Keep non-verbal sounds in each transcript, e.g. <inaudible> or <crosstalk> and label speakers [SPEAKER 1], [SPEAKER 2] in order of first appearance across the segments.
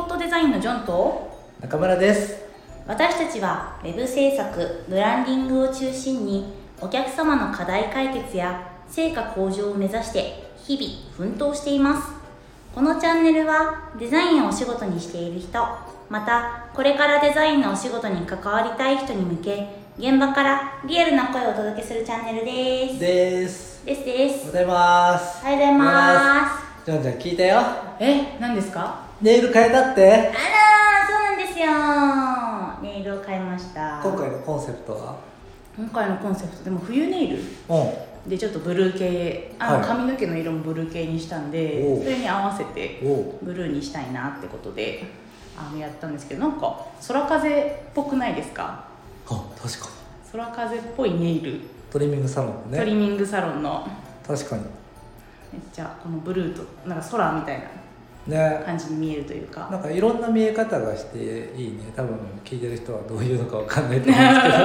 [SPEAKER 1] ジョンと
[SPEAKER 2] 中村です
[SPEAKER 1] 私たちは Web 制作ブランディングを中心にお客様の課題解決や成果向上を目指して日々奮闘していますこのチャンネルはデザインをお仕事にしている人またこれからデザインのお仕事に関わりたい人に向け現場からリアルな声をお届けするチャンネルです
[SPEAKER 2] です
[SPEAKER 1] ですです
[SPEAKER 2] おはようございます
[SPEAKER 1] おはようございます
[SPEAKER 2] ジョンちゃん聞いたよ
[SPEAKER 1] すえ何ですか
[SPEAKER 2] ネイル変えたって
[SPEAKER 1] あらーそうなんですよネイルを変えました
[SPEAKER 2] 今回のコンセプトは
[SPEAKER 1] 今回のコンセプトでも冬ネイル
[SPEAKER 2] う
[SPEAKER 1] でちょっとブルー系あの、
[SPEAKER 2] はい
[SPEAKER 1] 髪の毛の色もブルー系にしたんで
[SPEAKER 2] おう
[SPEAKER 1] それに合わせて
[SPEAKER 2] んお
[SPEAKER 1] ブルーにしたいなってことであのやったんですけどなんか空風っぽくないですか
[SPEAKER 2] あ確かに
[SPEAKER 1] 空風っぽいネイル、
[SPEAKER 2] トリミングサロン
[SPEAKER 1] トリ
[SPEAKER 2] ね
[SPEAKER 1] ミングサロンの
[SPEAKER 2] 確かに
[SPEAKER 1] めっちゃこのブルーとなんか空みたいな
[SPEAKER 2] ね
[SPEAKER 1] 感じに見えるというか
[SPEAKER 2] なんかいろんな見え方がしていいね多分聞いてる人はどういうのかわかんないと思うんですけど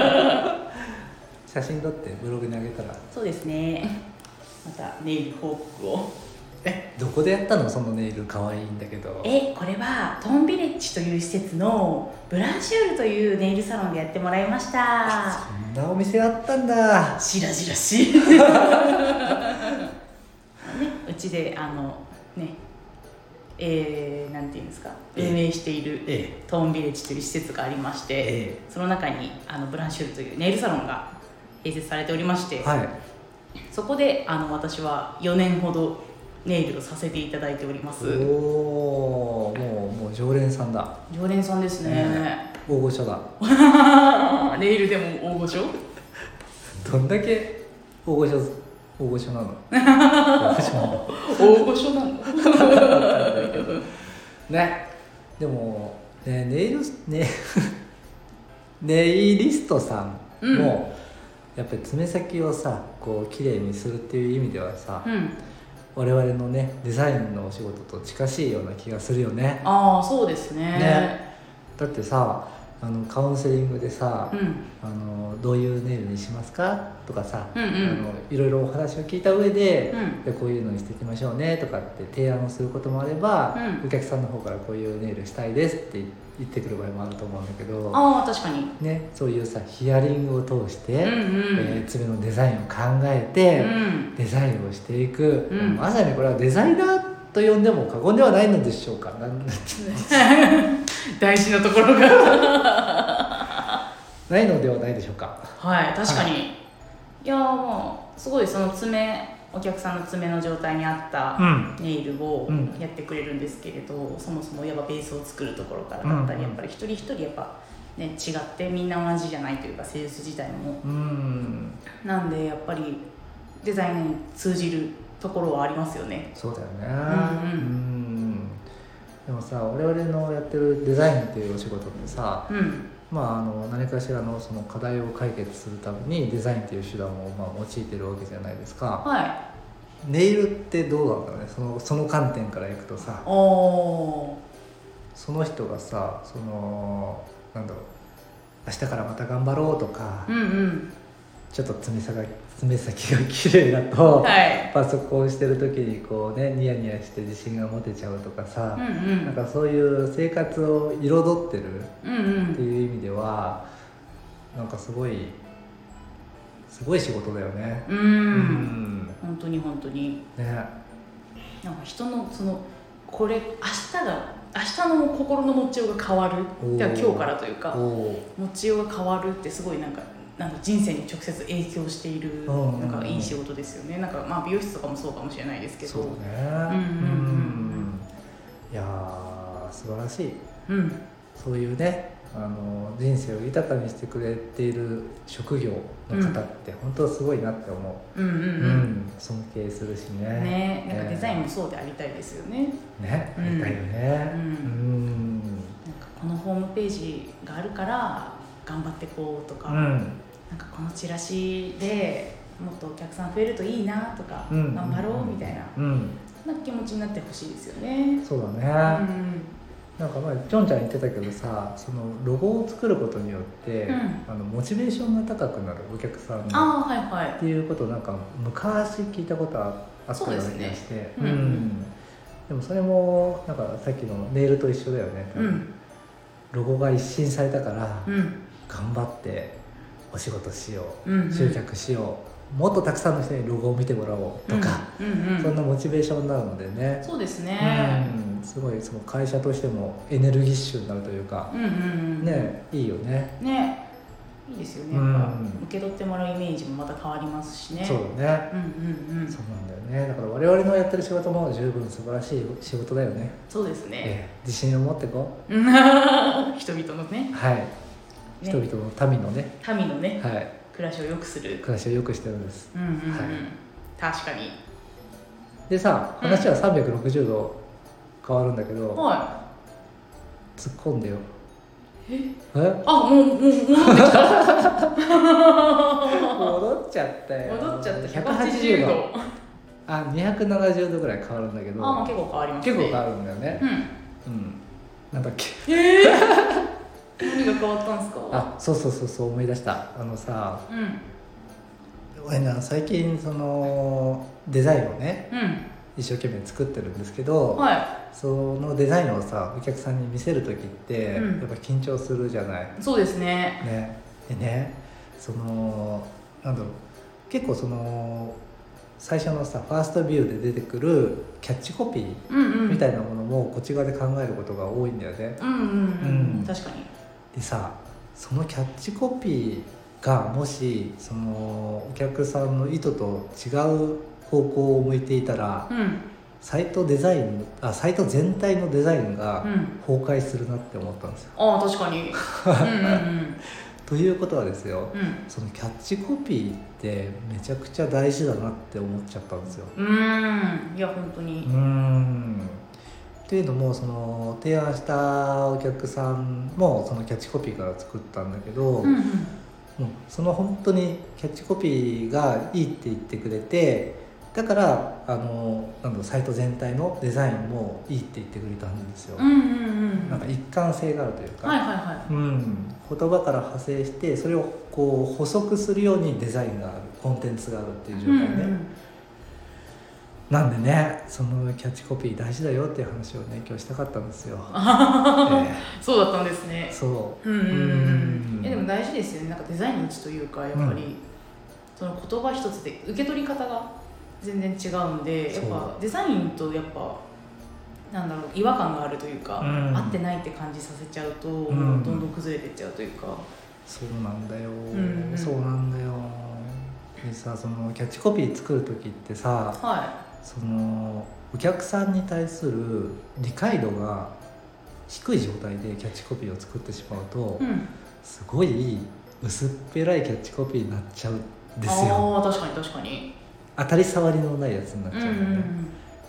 [SPEAKER 1] <laughs>
[SPEAKER 2] 写真撮ってブログにあげたら
[SPEAKER 1] そうですねまたネイル報告を
[SPEAKER 2] えどこでやったのそのネイル可愛いんだけど
[SPEAKER 1] えこれはトンビレッジという施設のブランシュールというネイルサロンでやってもらいました
[SPEAKER 2] そんなお店あったんだ
[SPEAKER 1] しらじらしいねうちであのねえー、なんていうんですか
[SPEAKER 2] ええ
[SPEAKER 1] 運営している
[SPEAKER 2] え
[SPEAKER 1] トーンビレッジという施設がありまして、
[SPEAKER 2] え
[SPEAKER 1] その中にあのブランシュールというネイルサロンが併設されておりまして、
[SPEAKER 2] はい
[SPEAKER 1] そこであの私は4年ほどネイルをさせていただいております
[SPEAKER 2] おおもうもう常連さんだ
[SPEAKER 1] 常連さんですね、
[SPEAKER 2] 大御所だ
[SPEAKER 1] ネイルでも大御所
[SPEAKER 2] どんだけ大御所大御所なの大御所なの <laughs>
[SPEAKER 1] 大御所なの
[SPEAKER 2] ねでもねネイルね <laughs> ネイリストさんも、やっぱり爪先をさこう綺麗にするっていう意味ではさ、
[SPEAKER 1] うん
[SPEAKER 2] 我々のねデザインのお仕事と近しいような気がするよね
[SPEAKER 1] ああそうですね
[SPEAKER 2] ねだってさあのカウンセリングでさ、
[SPEAKER 1] うん
[SPEAKER 2] あのどういうネイルにしますかとかさ、
[SPEAKER 1] うんうん
[SPEAKER 2] あのいろいろお話を聞いた上で、
[SPEAKER 1] うん
[SPEAKER 2] いやこういうのにしていきましょうねとかって提案をすることもあれば、
[SPEAKER 1] うん
[SPEAKER 2] お客さんの方からこういうネイルしたいですって言ってくる場合もあると思うんだけど、
[SPEAKER 1] ああ確かに
[SPEAKER 2] ね、そういうさヒアリングを通して、
[SPEAKER 1] うんうん
[SPEAKER 2] えー爪のデザインを考え
[SPEAKER 1] う
[SPEAKER 2] て、
[SPEAKER 1] ん
[SPEAKER 2] デザインをしていく、
[SPEAKER 1] うん
[SPEAKER 2] まさにこれはデザイナーと呼んでも過言ではないのでしょうか。なん <laughs>
[SPEAKER 1] 大事なところが
[SPEAKER 2] ないのではないでしょうか。
[SPEAKER 1] はい確かに、い、やーもうすごいその爪お客さんの爪の状態に合った
[SPEAKER 2] ん、
[SPEAKER 1] ネイルを
[SPEAKER 2] うん
[SPEAKER 1] やってくれるんですけれど、そもそもやっぱベースを作るところからだったり、
[SPEAKER 2] うんうん
[SPEAKER 1] やっぱり一人一人やっぱね違ってみんな同じじゃないというかセールス自体も
[SPEAKER 2] うん、
[SPEAKER 1] なんでやっぱりデザインに通じるところはありますよね
[SPEAKER 2] そうだよね
[SPEAKER 1] うんうん
[SPEAKER 2] うんでもさ我々のやってるデザインっていうお仕事ってさ、
[SPEAKER 1] うん
[SPEAKER 2] まあ、あの何かしらのその課題を解決するためにデザインっていう手段をまあ用いてるわけじゃないですか
[SPEAKER 1] はい
[SPEAKER 2] ネイルってどうなんだろうねそのその観点からいくとさ
[SPEAKER 1] おお
[SPEAKER 2] その人がさそのなんだろう明日からまた頑張ろうとか、
[SPEAKER 1] うんうん
[SPEAKER 2] ちょっと爪先が爪先が綺麗だと、
[SPEAKER 1] はい
[SPEAKER 2] パソコンしてる時にこうねニヤニヤして自信が持てちゃうとかさ、
[SPEAKER 1] うんう
[SPEAKER 2] な
[SPEAKER 1] ん
[SPEAKER 2] んかそういう生活を彩ってる
[SPEAKER 1] うんう
[SPEAKER 2] って
[SPEAKER 1] ん
[SPEAKER 2] いう意味ではなんかすごいすごい仕事だよね。
[SPEAKER 1] う
[SPEAKER 2] うん
[SPEAKER 1] 本当に本当に
[SPEAKER 2] ね、
[SPEAKER 1] なんか人のそのこれ明日が明日の心の持ちようが変わる
[SPEAKER 2] おー
[SPEAKER 1] だから今日からという
[SPEAKER 2] お
[SPEAKER 1] か
[SPEAKER 2] お
[SPEAKER 1] 持ちようが変わるってすごいなんかなんか人生に直接影響している
[SPEAKER 2] うんうんうん
[SPEAKER 1] なんかいい仕事ですよねなんかまあ美容室とかもそうかもしれないですけど
[SPEAKER 2] そうね。
[SPEAKER 1] うんうんうん
[SPEAKER 2] うんいやー素晴らしい
[SPEAKER 1] うん
[SPEAKER 2] そういうねあの人生を豊かにしてくれている職業の方って本当すごいなって思う。
[SPEAKER 1] うんうん
[SPEAKER 2] う
[SPEAKER 1] うん
[SPEAKER 2] ん、尊敬するしね。
[SPEAKER 1] ね、なんかデザイン
[SPEAKER 2] ね
[SPEAKER 1] もそうでありたいですよね。
[SPEAKER 2] ね、
[SPEAKER 1] うん
[SPEAKER 2] ありたいよね。
[SPEAKER 1] う
[SPEAKER 2] うんん。
[SPEAKER 1] なんかこのホームページがあるから頑張ってこうとか、
[SPEAKER 2] う
[SPEAKER 1] なん
[SPEAKER 2] ん。
[SPEAKER 1] かこのチラシでもっとお客さん増えるといいなとか、
[SPEAKER 2] うん
[SPEAKER 1] 頑張ろうみたいな、
[SPEAKER 2] うん。
[SPEAKER 1] そんな気持ちになってほしいですよね。
[SPEAKER 2] そうだね。
[SPEAKER 1] うん、
[SPEAKER 2] なんかまあジョンちゃん言ってたけどさ、そのロゴを作ることによって、
[SPEAKER 1] うん
[SPEAKER 2] あのモチベーションが高くなるお客さんのっ
[SPEAKER 1] ああーはいはい。
[SPEAKER 2] ていうことをなんか昔聞いたことああったような
[SPEAKER 1] そうです
[SPEAKER 2] 気
[SPEAKER 1] ね
[SPEAKER 2] がして、
[SPEAKER 1] うん
[SPEAKER 2] でもそれもなんかさっきのネイルと一緒だよね。多
[SPEAKER 1] う
[SPEAKER 2] 分
[SPEAKER 1] ん、
[SPEAKER 2] ロゴが一新されたから
[SPEAKER 1] うん
[SPEAKER 2] 頑張ってお仕事しよ
[SPEAKER 1] うんうん
[SPEAKER 2] う集客しようもっとたくさんの人にロゴを見てもらおうとか、
[SPEAKER 1] うんうんうん
[SPEAKER 2] そんなモチベーションになるのでね、
[SPEAKER 1] そうです
[SPEAKER 2] う
[SPEAKER 1] ね
[SPEAKER 2] んすごいその会社としてもエネルギッシュになるというか
[SPEAKER 1] う、んうんうん
[SPEAKER 2] ねいいよね
[SPEAKER 1] ねいいですよね、
[SPEAKER 2] うん
[SPEAKER 1] やっぱ受け取ってもらうイメージもまた変わりますしね
[SPEAKER 2] そうだね、
[SPEAKER 1] うんうんうん
[SPEAKER 2] そうなんだよねだから我々のやってる仕事も十分素晴らしい仕事だよね、
[SPEAKER 1] そうですね、
[SPEAKER 2] ええ自信を持ってこ
[SPEAKER 1] 人 <laughs> 々のね
[SPEAKER 2] うはい、
[SPEAKER 1] ね
[SPEAKER 2] 人々の民のね、
[SPEAKER 1] 民のね
[SPEAKER 2] はい、
[SPEAKER 1] 暮らしを良くする
[SPEAKER 2] 暮らしを良くしてるんです
[SPEAKER 1] うんうんうん、
[SPEAKER 2] はい
[SPEAKER 1] 確かに
[SPEAKER 2] でさ
[SPEAKER 1] うん
[SPEAKER 2] 話は360度変わるんだけど、
[SPEAKER 1] は
[SPEAKER 2] 突っ込んでよ
[SPEAKER 1] いえ
[SPEAKER 2] え
[SPEAKER 1] あもうもう戻って
[SPEAKER 2] <laughs>
[SPEAKER 1] きた
[SPEAKER 2] 戻っちゃったよ
[SPEAKER 1] 戻っちゃった
[SPEAKER 2] 180
[SPEAKER 1] 180
[SPEAKER 2] 度
[SPEAKER 1] 度
[SPEAKER 2] あ270度ぐらい変わるんだけど
[SPEAKER 1] あ結構変わりますね
[SPEAKER 2] 結構変わるんだよね
[SPEAKER 1] うん
[SPEAKER 2] うんなんだっけ
[SPEAKER 1] ええ何が変わったんですか
[SPEAKER 2] あそうそうそうそう思い出したあのさ
[SPEAKER 1] うんうん
[SPEAKER 2] 俺な最近そのデザインをね一生懸命作ってるんですけど、
[SPEAKER 1] は
[SPEAKER 2] そのデザインをさお客さんに見せる時って、
[SPEAKER 1] うん
[SPEAKER 2] やっぱ緊張するじゃない
[SPEAKER 1] いそうですね
[SPEAKER 2] ねでねそのなんだろう結構その最初のさファーストビューで出てくるキャッチコピー
[SPEAKER 1] うんうん
[SPEAKER 2] みたいなものもこっち側で考えることが多いんだよね
[SPEAKER 1] うんうん、う、
[SPEAKER 2] うんん
[SPEAKER 1] 確かに
[SPEAKER 2] でさそのキャッチコピーがもしそのお客さんの意図と違う方向を向いていたら
[SPEAKER 1] うん
[SPEAKER 2] サイトデザインあサイト全体のデザインが
[SPEAKER 1] うん
[SPEAKER 2] 崩壊するなって思ったんですよ。
[SPEAKER 1] ああ確かにうん
[SPEAKER 2] ということはですよ
[SPEAKER 1] うんうん
[SPEAKER 2] そのキャッチコピーってめちゃくちゃ大事だなって思っちゃったんですよ。
[SPEAKER 1] うんうんいや本当
[SPEAKER 2] う
[SPEAKER 1] に
[SPEAKER 2] んというのもその提案したお客さんもそのキャッチコピーから作ったんだけど、
[SPEAKER 1] うん
[SPEAKER 2] もうその本当にキャッチコピーがいいって言ってくれてだからあのなんだろうサイト全体のデザインもいいって言ってくれたんですよ。
[SPEAKER 1] うんうんうんう
[SPEAKER 2] なん
[SPEAKER 1] ん
[SPEAKER 2] か一貫性があるというか、
[SPEAKER 1] はいはいは
[SPEAKER 2] うん、言葉から派生してそれをこう補足するようにデザインがあるコンテンツがあるっていう
[SPEAKER 1] い
[SPEAKER 2] 状
[SPEAKER 1] うん
[SPEAKER 2] 態 <laughs> ね、なんでねそのキャッチコピー大事だよっていう話をね今日したかったんですよ、
[SPEAKER 1] うん
[SPEAKER 2] え
[SPEAKER 1] そうだったんですね
[SPEAKER 2] えそ
[SPEAKER 1] うんうんうん
[SPEAKER 2] うん
[SPEAKER 1] いやでも大事ですよねなんかデザインのうちというかやっぱり、
[SPEAKER 2] う
[SPEAKER 1] その言葉一つで受け取り方が全然違うんでやっ
[SPEAKER 2] そう
[SPEAKER 1] ぱデザインとやっぱなんだろう違和感があるというか、
[SPEAKER 2] うん
[SPEAKER 1] 合ってないって感じさせちゃうと、
[SPEAKER 2] うん
[SPEAKER 1] もうどんどん崩れてっちゃうというか
[SPEAKER 2] うそうなんだよ、
[SPEAKER 1] んうん
[SPEAKER 2] そうなんだよでさそのキャッチコピー作る時ってさ
[SPEAKER 1] は
[SPEAKER 2] そのお客さんに対する理解度が低い状態でキャッチコピーを作ってしまうと、
[SPEAKER 1] い、うん、
[SPEAKER 2] すごい薄っぺらいキャッチコピーになっちゃうんですよ
[SPEAKER 1] ああ確かに確かに
[SPEAKER 2] 当たり障りのないやつになっち
[SPEAKER 1] う
[SPEAKER 2] ゃ
[SPEAKER 1] ん
[SPEAKER 2] う
[SPEAKER 1] うん
[SPEAKER 2] だよね、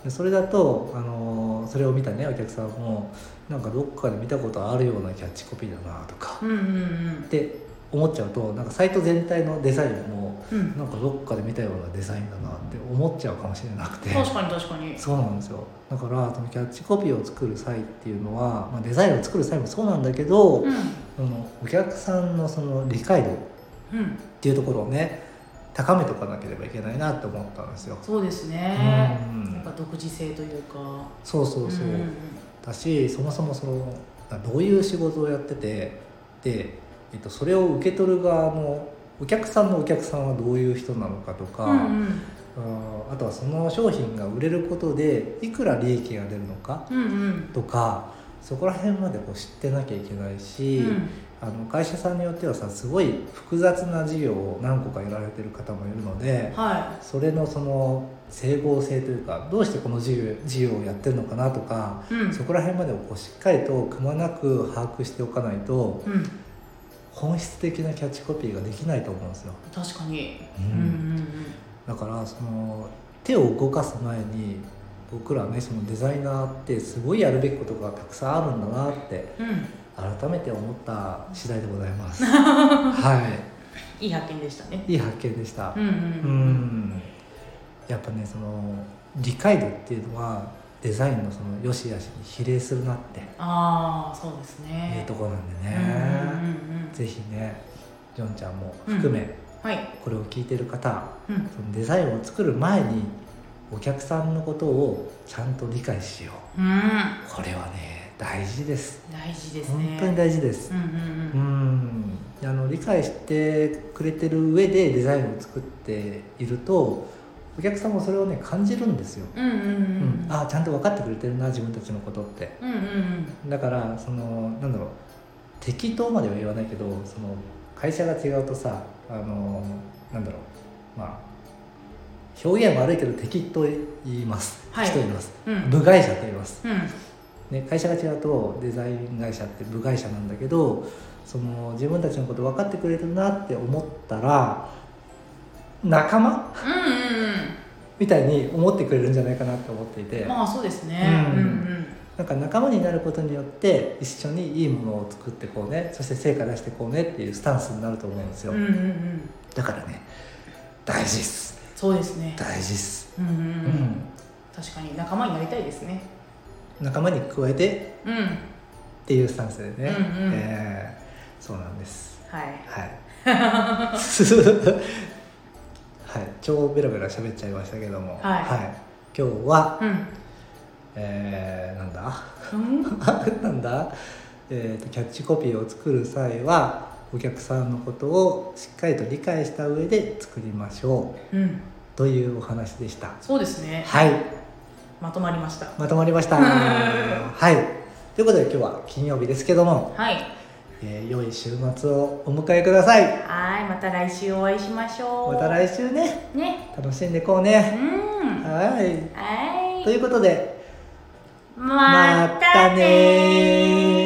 [SPEAKER 2] でそれだと、あのーそれを見たねお客さんもなんかどっかで見たことあるようなキャッチコピーだなとか
[SPEAKER 1] うんうんうん
[SPEAKER 2] って思っちゃうとなんかサイト全体のデザインも
[SPEAKER 1] うんうん
[SPEAKER 2] なんかどっかで見たようなデザインだなって思っちゃうかもしれなくて
[SPEAKER 1] 確かに確かに
[SPEAKER 2] そうなんですよだからそのキャッチコピーを作る際っていうのは、まあ、デザインを作る際もそうなんだけど、
[SPEAKER 1] うん
[SPEAKER 2] そのお客さんのその理解度
[SPEAKER 1] うん
[SPEAKER 2] っていうところをね高めとかなければいけないなって思ったんですよ。
[SPEAKER 1] そうですね
[SPEAKER 2] うん
[SPEAKER 1] なんか独自性というか
[SPEAKER 2] そうそうそう、
[SPEAKER 1] んんん
[SPEAKER 2] だしそもそもそのどういう仕事をやっててで、えっと、それを受け取る側のお客さんのお客さんはどういう人なのかとか、
[SPEAKER 1] うんうん
[SPEAKER 2] うんあとはその商品が売れることでいくら利益が出るのか
[SPEAKER 1] うんうん
[SPEAKER 2] とかそこら辺までこう知ってなきゃいけないし。
[SPEAKER 1] うん
[SPEAKER 2] あの会社さんによってはさすごい複雑な事業を何個かやられてる方もいるので
[SPEAKER 1] は
[SPEAKER 2] それのその整合性というかどうしてこの事業事業をやってるのかなとか
[SPEAKER 1] い、うん、
[SPEAKER 2] そこら辺までをこうしっかりとくまなく把握しておかないと
[SPEAKER 1] うん、
[SPEAKER 2] 本質的なキャッチコピーができないと思うんですよ。
[SPEAKER 1] 確かに、
[SPEAKER 2] う
[SPEAKER 1] うんん、うん
[SPEAKER 2] だからその手を動かす前に僕らねそのデザイナーってすごいやるべきことがたくさんあるんだなって
[SPEAKER 1] うんうん
[SPEAKER 2] 改めて思った次第でござい
[SPEAKER 1] <laughs>
[SPEAKER 2] ます。はい
[SPEAKER 1] いい発見でしたね
[SPEAKER 2] いい発見でした
[SPEAKER 1] う。んうん
[SPEAKER 2] う
[SPEAKER 1] うん
[SPEAKER 2] ん、やっぱねその理解度っていうのはデザインのその良し悪しに比例するなって
[SPEAKER 1] ああそうです
[SPEAKER 2] いう
[SPEAKER 1] ね
[SPEAKER 2] ところなんで
[SPEAKER 1] うんうん
[SPEAKER 2] ね、
[SPEAKER 1] うんうん
[SPEAKER 2] ぜひねジョンちゃんも含め、
[SPEAKER 1] はい、
[SPEAKER 2] これを聞いてる方
[SPEAKER 1] うん、
[SPEAKER 2] そのデザインを作る前にお客さんのことをちゃんと理解しよう
[SPEAKER 1] うん
[SPEAKER 2] これはね大事です
[SPEAKER 1] 大事ですね
[SPEAKER 2] 本当に大事です
[SPEAKER 1] うんうんう
[SPEAKER 2] う
[SPEAKER 1] ん
[SPEAKER 2] んあの理解してくれてる上でデザインを作っているとお客さんもそれをね感じるんですよ、
[SPEAKER 1] うんうん
[SPEAKER 2] うん
[SPEAKER 1] うん
[SPEAKER 2] ああちゃんと分かってくれてるな自分たちのことって
[SPEAKER 1] うんうんうん
[SPEAKER 2] だからそのなんだろう適当までは言わないけどその会社が違うとさあのなんだろうまあ表現悪いけど適当言います、
[SPEAKER 1] はい
[SPEAKER 2] 人います
[SPEAKER 1] うん
[SPEAKER 2] 部外者と言います、
[SPEAKER 1] うん
[SPEAKER 2] ね、会社が違うとデザイン会社って部外者なんだけどその自分たちのこと分かってくれてるなって思ったら仲間
[SPEAKER 1] うんうん
[SPEAKER 2] みたいに思ってくれるんじゃないかなって思っていて
[SPEAKER 1] うんまあそうですね
[SPEAKER 2] う
[SPEAKER 1] うんん
[SPEAKER 2] なんか仲間になることによって一緒にいいものを作ってこうねそして成果出してこうねっていうスタンスになると思うんです
[SPEAKER 1] う
[SPEAKER 2] よ、
[SPEAKER 1] んうんうんうん
[SPEAKER 2] だからね大事っす
[SPEAKER 1] そうですね
[SPEAKER 2] 大事っす、
[SPEAKER 1] うんうん
[SPEAKER 2] う
[SPEAKER 1] うん
[SPEAKER 2] ん、
[SPEAKER 1] 確かに仲間になりたいですね
[SPEAKER 2] 仲間に加えて
[SPEAKER 1] うん
[SPEAKER 2] っていうスタンスでね、
[SPEAKER 1] うんうん
[SPEAKER 2] えーそうなんです
[SPEAKER 1] はい <laughs>
[SPEAKER 2] はいはい超ベラベラ喋っちゃいましたけども、
[SPEAKER 1] はい
[SPEAKER 2] 今日は
[SPEAKER 1] うん
[SPEAKER 2] えー、なんだ
[SPEAKER 1] うん
[SPEAKER 2] なんだ、えーとキャッチコピーを作る際はお客さんのことをしっかりと理解した上で作りましょう
[SPEAKER 1] うん
[SPEAKER 2] というお話でした
[SPEAKER 1] そうですね
[SPEAKER 2] はい
[SPEAKER 1] まとまりました
[SPEAKER 2] まとまりました
[SPEAKER 1] うん
[SPEAKER 2] はいということで今日は金曜日ですけども、
[SPEAKER 1] はい
[SPEAKER 2] えー良い週末をお迎えください
[SPEAKER 1] はいまた来週お会いしましょう
[SPEAKER 2] また来週ね
[SPEAKER 1] ね
[SPEAKER 2] 楽しんでこう
[SPEAKER 1] う
[SPEAKER 2] ね
[SPEAKER 1] ん
[SPEAKER 2] はい
[SPEAKER 1] は
[SPEAKER 2] と
[SPEAKER 1] い
[SPEAKER 2] いうことで
[SPEAKER 1] またねー